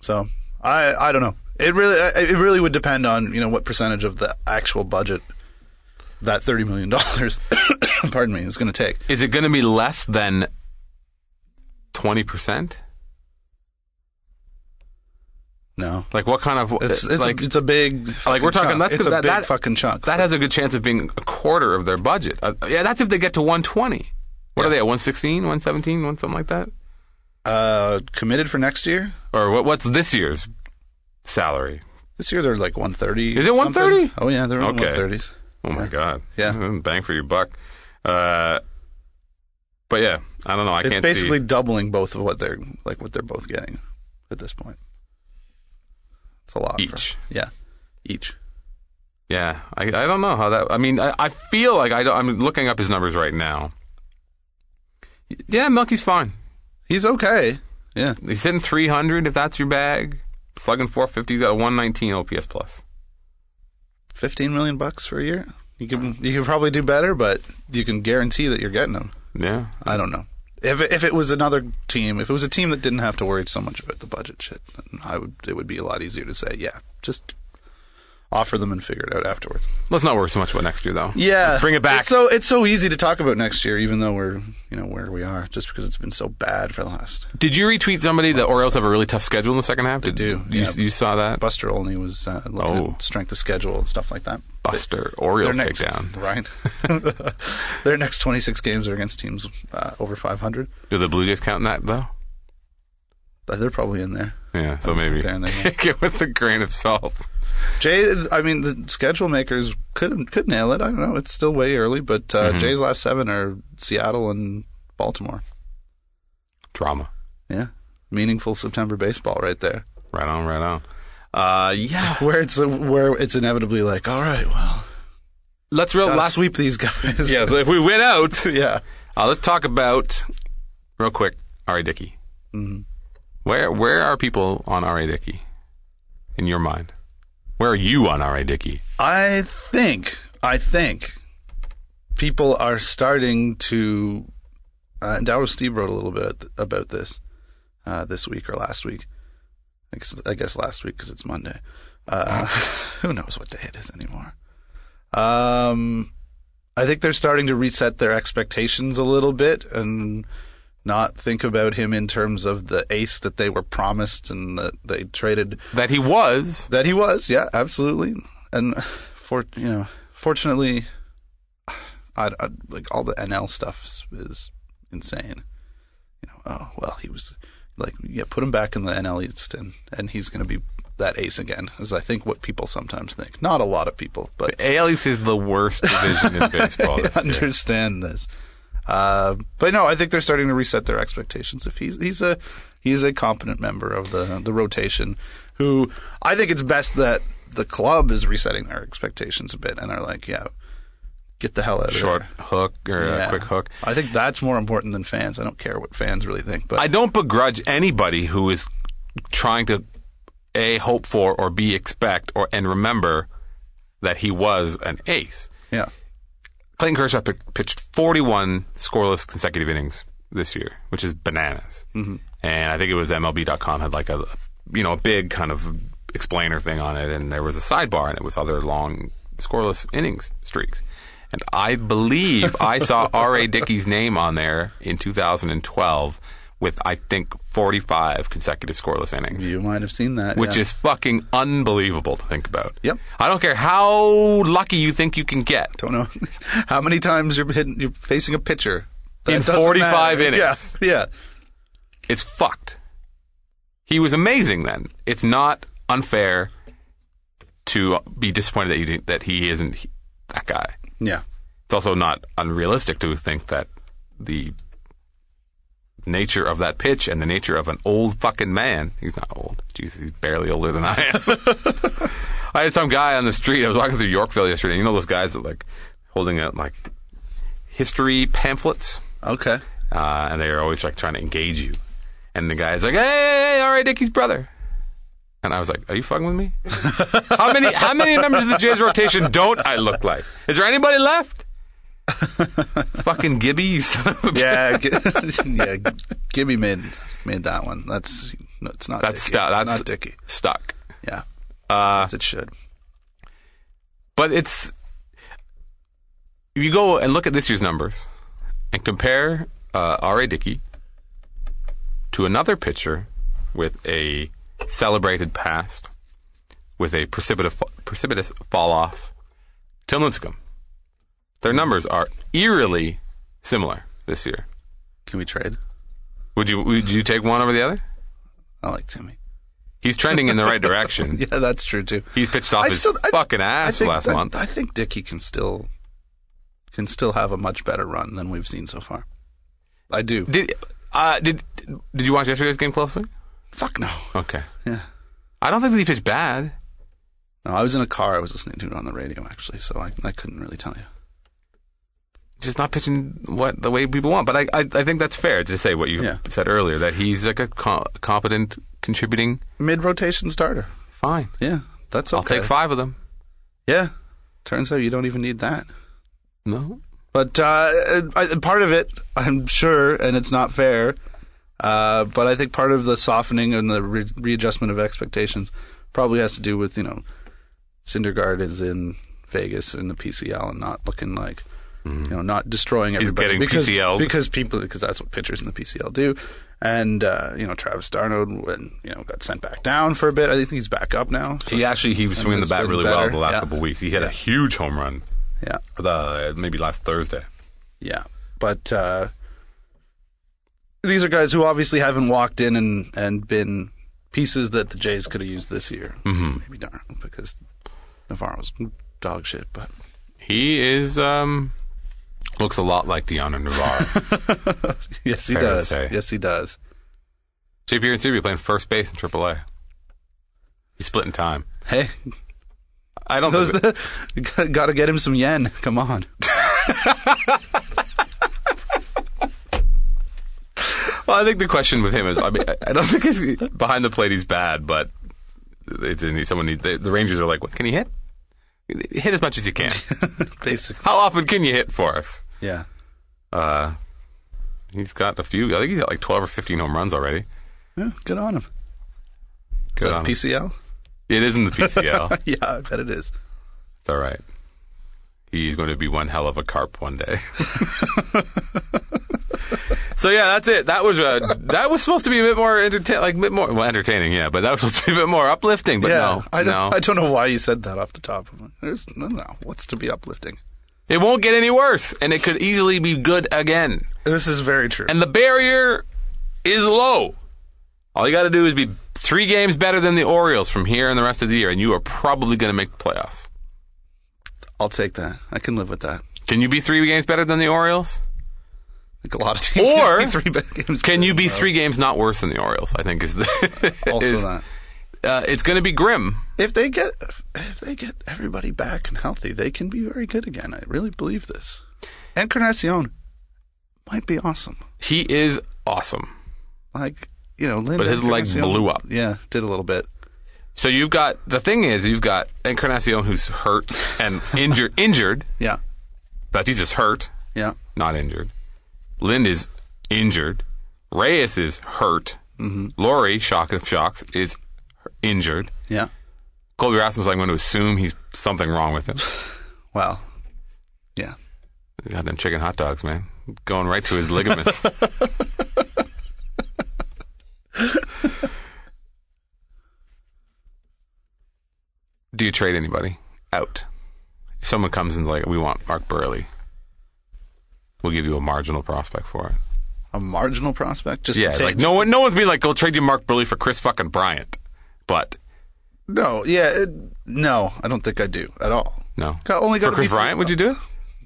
S3: So I, I don't know. It really, I- it really would depend on you know what percentage of the actual budget that thirty million dollars, pardon me, is going to take.
S2: Is it going to be less than twenty percent?
S3: No,
S2: Like what kind of
S3: it's it's
S2: like
S3: a, it's a big
S2: Like, we're
S3: fucking
S2: talking-
S3: chunk.
S2: that's
S3: it's a
S2: that-
S3: big
S2: that-
S3: fucking chunk.
S2: that has a good chance of being a quarter of their budget. Uh, yeah, that's if they get to one twenty. What are they at? One sixteen, one seventeen, one something like that.
S3: uh, committed for next year.
S2: Or what, what's this year's salary?
S3: This year they're like one thirty.
S2: Is it 130?
S3: Oh yeah, they're in
S2: Okay.
S3: one thirties.
S2: Oh my god!
S3: Yeah.
S2: Mm, bang for your buck. Uh, but yeah, I don't know. I
S3: It's
S2: can't
S3: basically
S2: see.
S3: doubling both of what they're like what they're both getting at this point. It's a lot. for-
S2: Each.
S3: yeah, each.
S2: Yeah, I, I don't know how that. I mean, I, I feel like I don't, I'm looking up his numbers right now. Yeah, Milky's fine.
S3: He's okay. Yeah.
S2: He's hitting 300 if that's your bag. Slugging 450, he's got a 119 OPS plus.
S3: 15 million bucks for a year. You can you can probably do better, but you can guarantee that you're getting them.
S2: Yeah,
S3: I don't know. If it, if it was another team, if it was a team that didn't have to worry so much about the budget shit, then I would it would be a lot easier to say, yeah, just offer them and figure it out afterwards.
S2: let's not worry so much about next year though.
S3: Yeah,
S2: Let's bring it back.
S3: It's so it's so easy to talk about next year, even though we're you know where we are, just because it's been so bad for the last.
S2: Did you retweet somebody? The Orioles have a really tough schedule in the second half. Did
S3: do,
S2: You,
S3: yeah.
S2: you saw that?
S3: Buster Olney was uh, looking
S2: Oh.
S3: at strength of schedule and stuff like that.
S2: Buster Orioles
S3: their next
S2: takedown.
S3: right? their next 26 games are against teams uh, over 500.
S2: Do the Blue Jays count in that though?
S3: But Uh, they're probably in there.
S2: Yeah, so maybe
S3: down there, yeah.
S2: take it with a grain of salt.
S3: Jay, I mean, the schedule makers could could nail it. I don't know. It's still way early, but
S2: Mm-hmm.
S3: uh, Jay's last seven are Seattle and Baltimore.
S2: Drama.
S3: Yeah, meaningful September baseball right there,
S2: Right on, right on. Uh, yeah.
S3: where it's where it's inevitably like, all right, well,
S2: Let's real
S3: gotta
S2: last week.
S3: sweep these guys.
S2: Yeah, so if we win out,
S3: yeah.
S2: uh, let's talk about real quick. Ari Dickey. Where where are people on Ari Dickey in your mind? Where are you on Ari Dickey?
S3: I think I think people are starting to. Uh, and Dallas Steve wrote a little bit about this uh, this week or last week. I guess, I guess last week because it's Monday. Uh, who knows what day it is anymore? Um, I think they're starting to reset their expectations a little bit and not think about him in terms of the ace that they were promised and that they traded
S2: That he was.
S3: that he was. Yeah, absolutely. And for you know, fortunately, I, I like all the NL stuff is, is insane. You know, oh well, he was like, yeah, put him back in the NL East, and and he's going to be that ace again. Is I think what people sometimes think. Not a lot of people, but
S2: AL East is the worst division in baseball.
S3: I
S2: This year.
S3: understand this. Uh, but no, I think they're starting to reset their expectations. If he's he's a he's a competent member of the the rotation, who I think it's best that the club is resetting their expectations a bit and are like, yeah, get the hell out of
S2: Short
S3: there.
S2: hook or a
S3: Yeah.
S2: quick hook.
S3: I think that's more important than fans. I don't care what fans really think, but
S2: I don't begrudge anybody who is trying to a hope for or b expect or and remember that he was an ace.
S3: yeah,
S2: Clayton Kershaw pi- pitched 41 scoreless consecutive innings this year, which is bananas. Mm-hmm. And I think it was MLB.com had like a you know a big kind of explainer thing on it, and there was a sidebar, and it was other long scoreless innings streaks. And I believe I saw R.A. Dickey's name on there in 2012 with I think 45 consecutive scoreless innings
S3: you might have seen that,
S2: which
S3: yeah.
S2: is fucking unbelievable to think about.
S3: Yep.
S2: I don't care how lucky you think you can get.
S3: don't know how many times you're hitting, you're facing a pitcher That
S2: In
S3: doesn't
S2: 45
S3: matter.
S2: innings.
S3: Yeah, yeah.
S2: It's fucked. He was amazing then. It's not unfair to be disappointed that you didn't, that he isn't he- that guy.
S3: yeah.
S2: It's also not unrealistic to think that the nature of that pitch and the nature of an old fucking man. He's not old. Jesus, he's barely older than I am. I had some guy on the street. I was walking through Yorkville yesterday. You know those guys that like holding out like history pamphlets,
S3: Okay.
S2: uh, and they are always like trying to engage you. And the guy's like, "Hey, hey, hey all right, Dickie's brother." And I was like, "Are you fucking with me? how many how many members of the Jays rotation don't I look like? Is there anybody left?" fucking Gibby, you son of a bitch.
S3: Yeah, g- yeah. Gibby made made that one. That's no, it's not.
S2: That's
S3: Dickey.
S2: stu-
S3: It's
S2: that's
S3: not Dicky.
S2: stuck.
S3: Yeah,
S2: Uh,
S3: as it should.
S2: but it's if you go and look at this year's numbers and compare uh, R.A. Dickey to another pitcher with a celebrated past, with a precipitous, precipitous fall off, Tim Lincecum. Their numbers are eerily similar this year.
S3: Can we trade?
S2: Would you would you take one over the other?
S3: I like Timmy.
S2: He's trending in the right direction.
S3: Yeah, that's true too.
S2: He's pitched off his fucking ass
S3: think
S2: last
S3: that-
S2: month.
S3: I think Dicky can still can still have a much better run than we've seen so far. I do.
S2: Did uh, did did you watch yesterday's game closely?
S3: Fuck no.
S2: Okay.
S3: Yeah.
S2: I don't think that he pitched bad.
S3: No, I was in a car. I was listening to it on the radio actually, so I I couldn't really tell you.
S2: Just not pitching what the way people want. But I I, I think that's fair to say what you
S3: Yeah.
S2: said earlier that he's like a co- competent contributing.
S3: Mid rotation starter.
S2: Fine.
S3: Yeah, that's okay.
S2: I'll take five of them.
S3: Yeah. Turns out you don't even need that.
S2: No.
S3: But uh, I, part of it, I'm sure, and it's not fair. Uh, but I think part of the softening and the re- readjustment of expectations probably has to do with you know, Syndergaard is in Vegas in the PCL and not looking like you know not destroying everybody
S2: getting
S3: because
S2: PCL'd.
S3: because people because that's what pitchers in the PCL do. And uh, you know Travis Darnold when you know got sent back down for a bit. I think he's back up now. So-
S2: He actually he was swinging the
S3: it's
S2: bat
S3: been
S2: really
S3: better.
S2: well the last
S3: Yeah.
S2: couple of weeks. He hit a
S3: Yeah.
S2: huge home run.
S3: yeah.
S2: The maybe last Thursday.
S3: Yeah. But uh, these are guys who obviously haven't walked in and, and been pieces that the Jays could have used this year. Mm-hmm. Maybe Darnold because Navarro's dog shit. But
S2: He is um looks a lot like Deanna Navarro.
S3: yes, he
S2: Fair to
S3: does.
S2: say.
S3: Yes, he does.
S2: JP and Seabee playing first base in AAA. He's splitting time.
S3: Hey,
S2: I don't
S3: those
S2: think
S3: the, got to get him some yen. Come on.
S2: Well, I think the question with him is, I mean, I- I don't think he's behind the plate he's bad, but they they need someone. Need, the, the Rangers are like, what can he hit? hit as much as you can.
S3: Basically,
S2: How often can you hit for us?
S3: yeah.
S2: Uh, he's got a few. I think he's got like 12 or 15 home runs already.
S3: Yeah, good on him. Is
S2: Good
S3: that
S2: on him. Oh.
S3: PCL?
S2: It is in the PCL.
S3: yeah, I bet it is.
S2: it's all right. He's going to be one hell of a carp one day. so yeah, that's it. That was uh, that was supposed to be a bit more entertain, like a bit more well, entertaining, yeah. But that was supposed to be a bit more uplifting. But
S3: yeah,
S2: no,
S3: I don't.
S2: no,
S3: I don't know why you said that off the top. I'm like, There's no, no. What's to be uplifting?
S2: it won't get any worse, and it could easily be good again.
S3: This is very true.
S2: and the barrier is low. All you got to do is be three games better than the Orioles from here and the rest of the year, and you are probably going to make the playoffs.
S3: I'll take that. I can live with that.
S2: Can you be three games better than the Orioles?
S3: Like a lot of teams.
S2: Or-
S3: can be three bad games.
S2: Can you be three games not worse than the Orioles? I think is the
S3: Also
S2: is-
S3: that.
S2: Uh, it's going to be grim.
S3: If they get if they get everybody back and healthy, they can be very good again. I really believe this. And Encarnacion might be awesome.
S2: He is awesome.
S3: Like you know, Lynn
S2: But his leg
S3: Encarnacion-
S2: blew up.
S3: Yeah, did a little bit.
S2: So you've got the thing is you've got Encarnacion who's hurt and injured, injured,
S3: Yeah,
S2: but he's just hurt,
S3: yeah,
S2: not injured. Lind is injured. Reyes is hurt. Laurie, shock of shocks, is injured.
S3: yeah.
S2: Colby Rasmus, I'm going to assume he's something wrong with him.
S3: Wow. Yeah.
S2: Goddamn chicken hot dogs, man. Going right to his ligaments. Do you trade anybody? Out. If someone comes and's like, we want Mark Burley, we'll give you a marginal prospect for it.
S3: A marginal prospect. Just to
S2: Yeah,
S3: take-
S2: like no one, no one's being like, "Go trade you Mark Burley for Chris fucking Bryant," but
S3: No, yeah, it, no, I don't think I do at all.
S2: no.
S3: Got- only
S2: for
S3: gotta
S2: Chris
S3: be three-
S2: Bryant, would you do?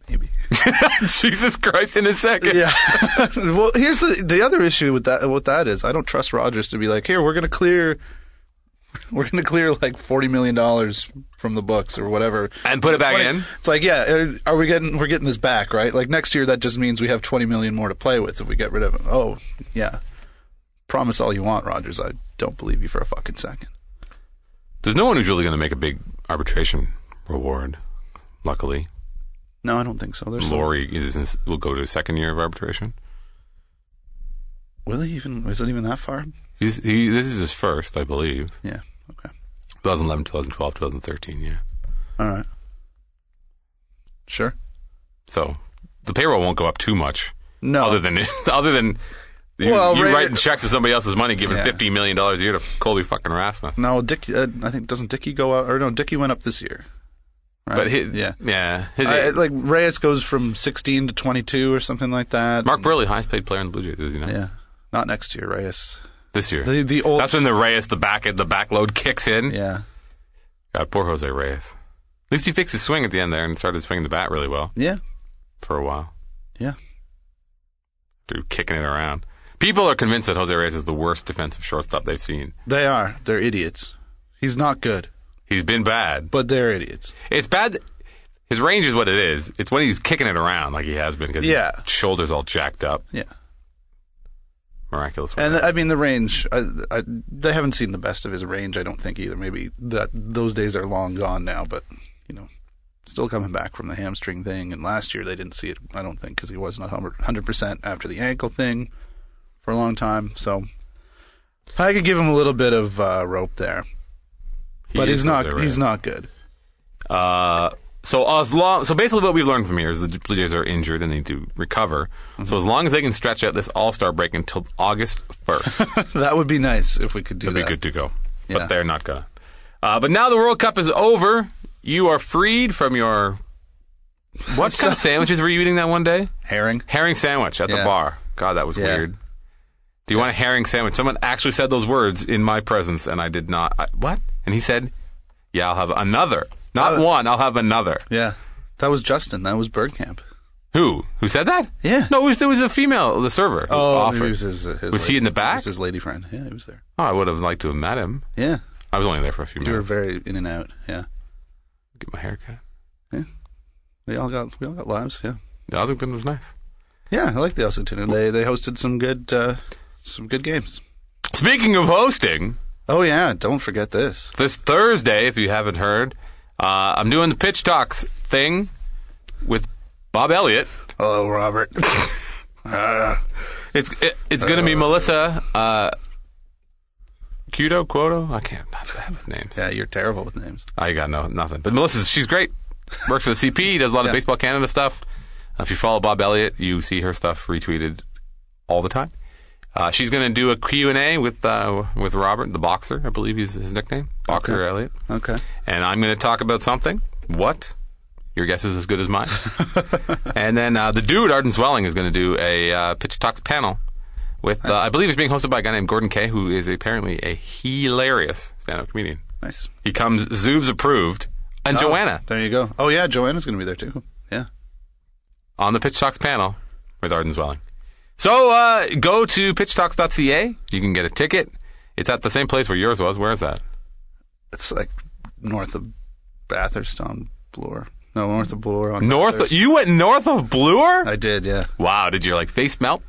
S3: Maybe.
S2: it? Jesus Christ! In a second,
S3: Yeah. well, here's the the other issue with that. What that is, I don't trust Rogers to be like, here, we're gonna clear, we're gonna clear like forty million dollars from the books or whatever.
S2: and put it back
S3: Like,
S2: in.
S3: It's like, yeah, are- are we getting we're getting this back, right? Like next year, that just means we have twenty million more to play with if we get rid of him. Oh, yeah. Promise all you want, Rogers. I don't believe you for a fucking second.
S2: There's no one who's really going to make a big arbitration reward. Luckily,
S3: No, I don't think so. There's
S2: Lori is in, will go to his second year of arbitration.
S3: will he even is it even that far?
S2: He's, he, this is his first, I believe.
S3: Yeah. Okay.
S2: 2011, 2012, 2013. Yeah.
S3: All right. Sure.
S2: So the payroll won't go up too much,
S3: No.
S2: other than other than you,
S3: Oh. Well,
S2: you
S3: Ray-
S2: writing checks with somebody else's money, giving
S3: Yeah.
S2: 50 million dollars a year to Colby fucking Rasmus.
S3: No, Dick. Uh, I think doesn't Dicky go out? Or no, Dicky went up this year. Right?
S2: But his,
S3: yeah,
S2: yeah, yeah, his,
S3: I, like Reyes goes from sixteen to twenty-two or something like that.
S2: Mark Burley, highest paid player in the Blue Jays, is he not?
S3: Yeah, not next year, Reyes.
S2: This year,
S3: The the old.
S2: that's when the Reyes the back the back load kicks in.
S3: yeah,
S2: God, poor Jose Reyes. At least he fixed his swing at the end there and started swinging the bat really well
S3: yeah,
S2: for a while.
S3: yeah.
S2: Dude, kicking it around. People are convinced that Jose Reyes is the worst defensive shortstop they've seen.
S3: They are. They're idiots. He's not good,
S2: He's been bad.
S3: but they're idiots.
S2: It's bad. th- His range is what it is. It's when he's kicking it around like he has been because
S3: Yeah.
S2: his shoulders all jacked up.
S3: Yeah,
S2: Miraculous.
S3: and I mean the range. I, I, they haven't seen the best of his range. I don't think either. Maybe that those days are long gone now. But you know, still coming back from the hamstring thing. And last year they didn't see it. I don't think because he was not hundred percent after the ankle thing for a long time. So I could give him a little bit of uh, rope there,
S2: He
S3: but
S2: is
S3: he's not.
S2: Jose Reyes.
S3: He's not good.
S2: Uh, so as long, so basically, what we've learned from here is the Blue Jays are injured and they do recover.
S3: Mm-hmm.
S2: So as long as they can stretch out this All Star break until August first,
S3: that would be nice if we could do
S2: they'll be
S3: that.
S2: good to go.
S3: Yeah.
S2: But they're not gonna. Uh, but now the World Cup is over. You are freed from your what kind of sandwiches were you eating that one day?
S3: Herring.
S2: Herring sandwich at the
S3: Yeah.
S2: bar. God, that was
S3: Yeah.
S2: weird. Do you want a herring sandwich? Someone actually said those words in my presence, and I did not. I, what? And he said, "Yeah, I'll have another. Not
S3: Uh,
S2: one. I'll have another."
S3: Yeah, that was Justin. That was Bergkamp.
S2: Who? Who said that?
S3: Yeah.
S2: No, it was, it was a female, the server. who
S3: Oh,
S2: offered.
S3: he was his, his
S2: Was he in the back?
S3: He was his lady friend. Yeah, he was there.
S2: Oh, I would have liked to have met him.
S3: Yeah,
S2: I was only there for a few
S3: you were
S2: minutes.
S3: very in and out. Yeah,
S2: Get my haircut.
S3: yeah. We all got we all got lives. Yeah,
S2: The Ossington was nice.
S3: yeah. I like the Ossington. They they hosted some good uh, some good games.
S2: Speaking of hosting,
S3: Oh yeah, don't forget this.
S2: this Thursday, if you haven't heard, Uh, I'm doing the pitch talks thing with Bob Elliott.
S3: Hello, Oh, Robert. Ah.
S2: It's it, it's going to be Melissa uh, Cudo Quoto. I can't. I'm bad with names.
S3: yeah, you're terrible with names.
S2: I got no nothing. But Melissa, she's great. Works for the CP. Does a lot of
S3: Yeah.
S2: baseball Canada stuff. Uh, If you follow Bob Elliott, you see her stuff retweeted all the time. Uh, she's going to do a Q and A with uh, with Robert, the boxer. I believe he's his nickname, boxer
S3: Okay.
S2: Elliott.
S3: Okay.
S2: And I'm going to talk about something. What? Your guess is as good as mine. and then uh, the dude Arden Swelling is going to do a uh, Pitch Talks panel with uh, I believe it's being hosted by a guy named Gordon Kay, who is apparently a hilarious stand-up comedian.
S3: Nice.
S2: He comes Zoob's approved,
S3: Oh.
S2: and Joanna
S3: There you go. Oh yeah, Joanna's going to be there too. Yeah.
S2: on the Pitch Talks panel with Arden Swelling. So uh, go to pitchtalks.ca. You can get a ticket. It's at the same place where yours was. Where is that?
S3: It's like north of Bathurst on Bloor. No, north of Bloor on
S2: North.
S3: Bathurst.
S2: you went north of Bloor.
S3: I did, yeah.
S2: Wow, did your like face melt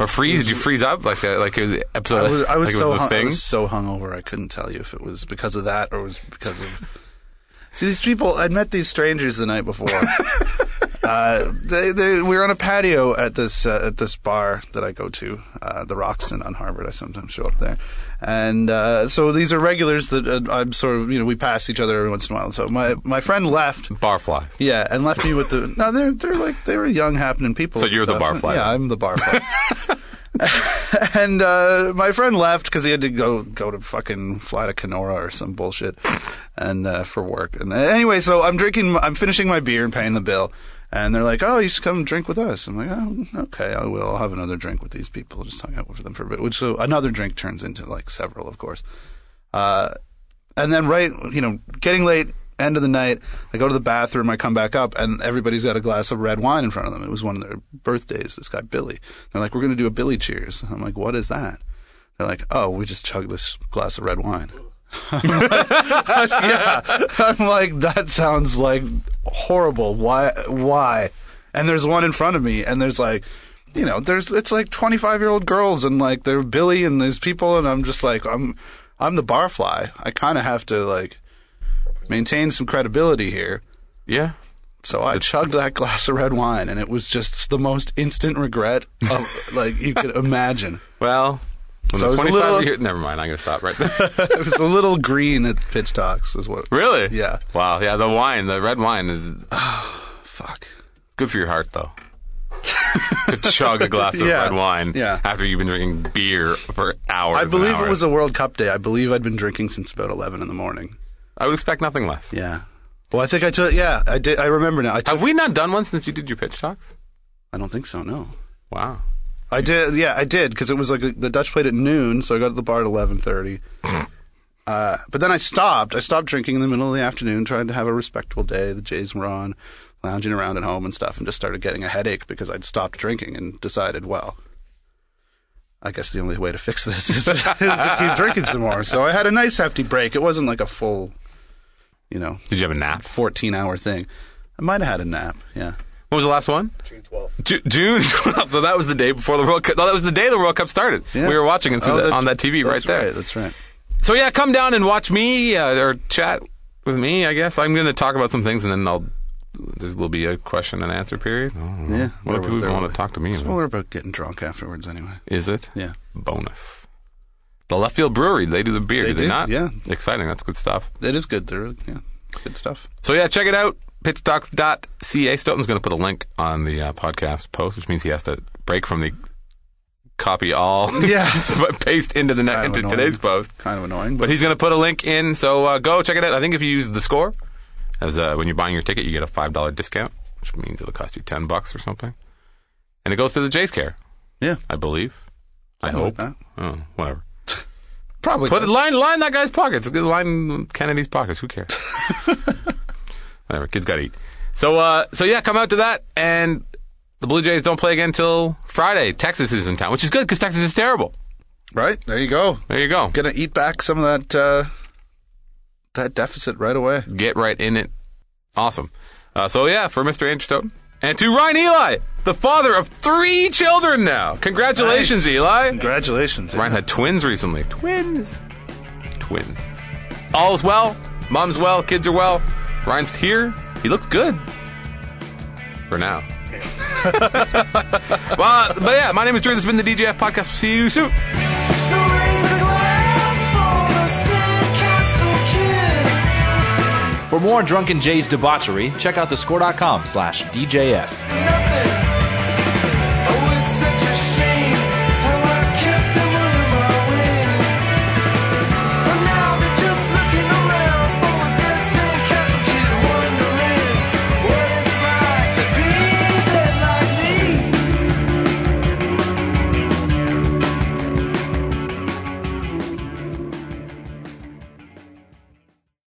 S2: or freeze? Did you freeze up like uh, like it was episode?
S3: I was, I was
S2: like it
S3: so
S2: was the
S3: hung, I
S2: thing.
S3: was so hungover I couldn't tell you if it was because of that or it was because of. See these people. I met these strangers the night before. uh, they, they, we were on a patio at this uh, at this bar that I go to, uh, the Roxton on Harvard. I sometimes show up there, and uh, so these are regulars that uh, I'm sort of you know we pass each other every once in a while. So my my friend left.
S2: Barflies.
S3: Yeah, and left me with the no. They're they're like they were young, happening people.
S2: So
S3: and
S2: you're the
S3: stuff.
S2: barfly.
S3: Yeah, I'm the barfly. and uh, my friend left because he had to go go to fucking fly to Kenora or some bullshit, and uh, for work. And uh, anyway, so I'm drinking. I'm finishing my beer and paying the bill. And they're like, "Oh, you should come drink with us." I'm like, "Oh, okay, I will. I'll have another drink with these people. Just hang out with them for a bit." Which so another drink turns into like several, of course. Uh, and then right, you know, getting late, end of the night, I go to the bathroom, I come back up, and everybody's got a glass of red wine in front of them. It was one of their birthdays. This guy Billy. They're like, "We're going to do a Billy cheers." I'm like, "What is that?" They're like, "Oh, we just chug this glass of red wine." yeah, I'm like, that sounds like horrible. Why? Why? And there's one in front of me, and there's like. You know, there's it's like 25 year old girls and like they're Billy and there's people and I'm just like I'm I'm the barfly. I kind of have to like maintain some credibility here.
S2: Yeah.
S3: So I chugged that glass of red wine, and it was just the most instant regret of like you could imagine.
S2: Well, when
S3: So
S2: there's
S3: it was a
S2: 25
S3: little-
S2: year- never mind. I'm gonna stop right there.
S3: It was a little green at pitch talks, is what.
S2: really?
S3: Yeah.
S2: Wow. Yeah. The wine, the red wine, is
S3: Fuck.
S2: good for your heart though. to chug a glass of
S3: Yeah.
S2: red wine
S3: Yeah.
S2: after you've been drinking beer for hours.
S3: I
S2: and
S3: believe it
S2: hours.
S3: was a World Cup day. I believe I'd been drinking since about eleven in the morning.
S2: I would expect nothing less.
S3: Yeah. Well, I think I took. Yeah, I did. I remember now. I took.
S2: Have we not done one since you did your pitch talks?
S3: I don't think so. No.
S2: Wow.
S3: I did. Yeah, I did because it was like a, the Dutch played at noon, so I got to the bar at eleven thirty. uh, but then I stopped. I stopped drinking in the middle of the afternoon, tried to have a respectable day. The Jays were on, lounging around at home and stuff, and just started getting a headache because I'd stopped drinking and decided, well, I guess the only way to fix this is to, is to keep drinking some more. So I had a nice hefty break. It wasn't like a full, you know,
S2: Did you have a nap?
S3: fourteen hour thing. I might have had a nap. Yeah.
S2: What was the last one? June 12th. June 12th. So that was the day before the World Cup. No, that was the day the World Cup started.
S3: Yeah.
S2: We were watching it through
S3: Oh,
S2: the,
S3: that's-
S2: on that TV right
S3: that's
S2: there.
S3: That's right.
S2: So yeah, come down and watch me uh, or chat with me. I guess I'm going to talk about some things, and then I'll there's will be a question and answer period. I don't know.
S3: Yeah.
S2: Mm-hmm. What do
S3: Oh, There we-
S2: people
S3: there
S2: want
S3: we-
S2: to talk to me
S3: It's
S2: about?
S3: more about getting drunk afterwards, anyway.
S2: Is it
S3: Yeah.
S2: bonus? The Left Field Brewery. They do the beer.
S3: They
S2: do they
S3: do,
S2: not?
S3: yeah.
S2: Exciting. That's good stuff.
S3: It is good. They're, yeah, it's good stuff.
S2: So yeah, check it out. Pitchtalks.ca. Stoughton's going to put a link on the uh, podcast post, which means he has to break from the copy all,
S3: Yeah.
S2: but paste into the net
S3: kind of
S2: into
S3: annoying.
S2: today's post.
S3: Kind of annoying, but,
S2: But he's going to put a link in, so uh, go check it out. I think if you use the score, as uh, when you're buying your ticket, you get a five dollar discount, which means it'll cost you ten bucks or something, and it goes to the Jays Care,
S3: yeah,
S2: I believe. I
S3: Something like
S2: hope.
S3: that.
S2: Oh, whatever.
S3: probably.
S2: Put
S3: does.
S2: line line that guy's pockets. Line Kennedy's pockets. Who cares? whatever. Kids got to eat. So uh, so yeah, come out to that. And the Blue Jays don't play again till Friday. Texas is in town, which is good because Texas is terrible.
S3: right there, you go.
S2: There you go.
S3: Gonna eat back some of that uh, that deficit right away.
S2: Get right in it. Awesome. Uh, so yeah, for Mr. Andrew Stoughton. And to Ryan Eli, the father of three children now. Congratulations,
S3: Nice.
S2: Eli.
S3: Congratulations,
S2: Ryan had twins recently. Twins. Twins. All's well. Mom's well, kids are well. Ryan's here. He looks good. For now. well, but yeah, my name is Drew. This has been the DJF podcast. We'll see you soon.
S4: So raise a glass for the Sandcastle Kid.
S5: For more Drunken Jay's debauchery, check out thescore.com slash DJF.
S4: Nothing.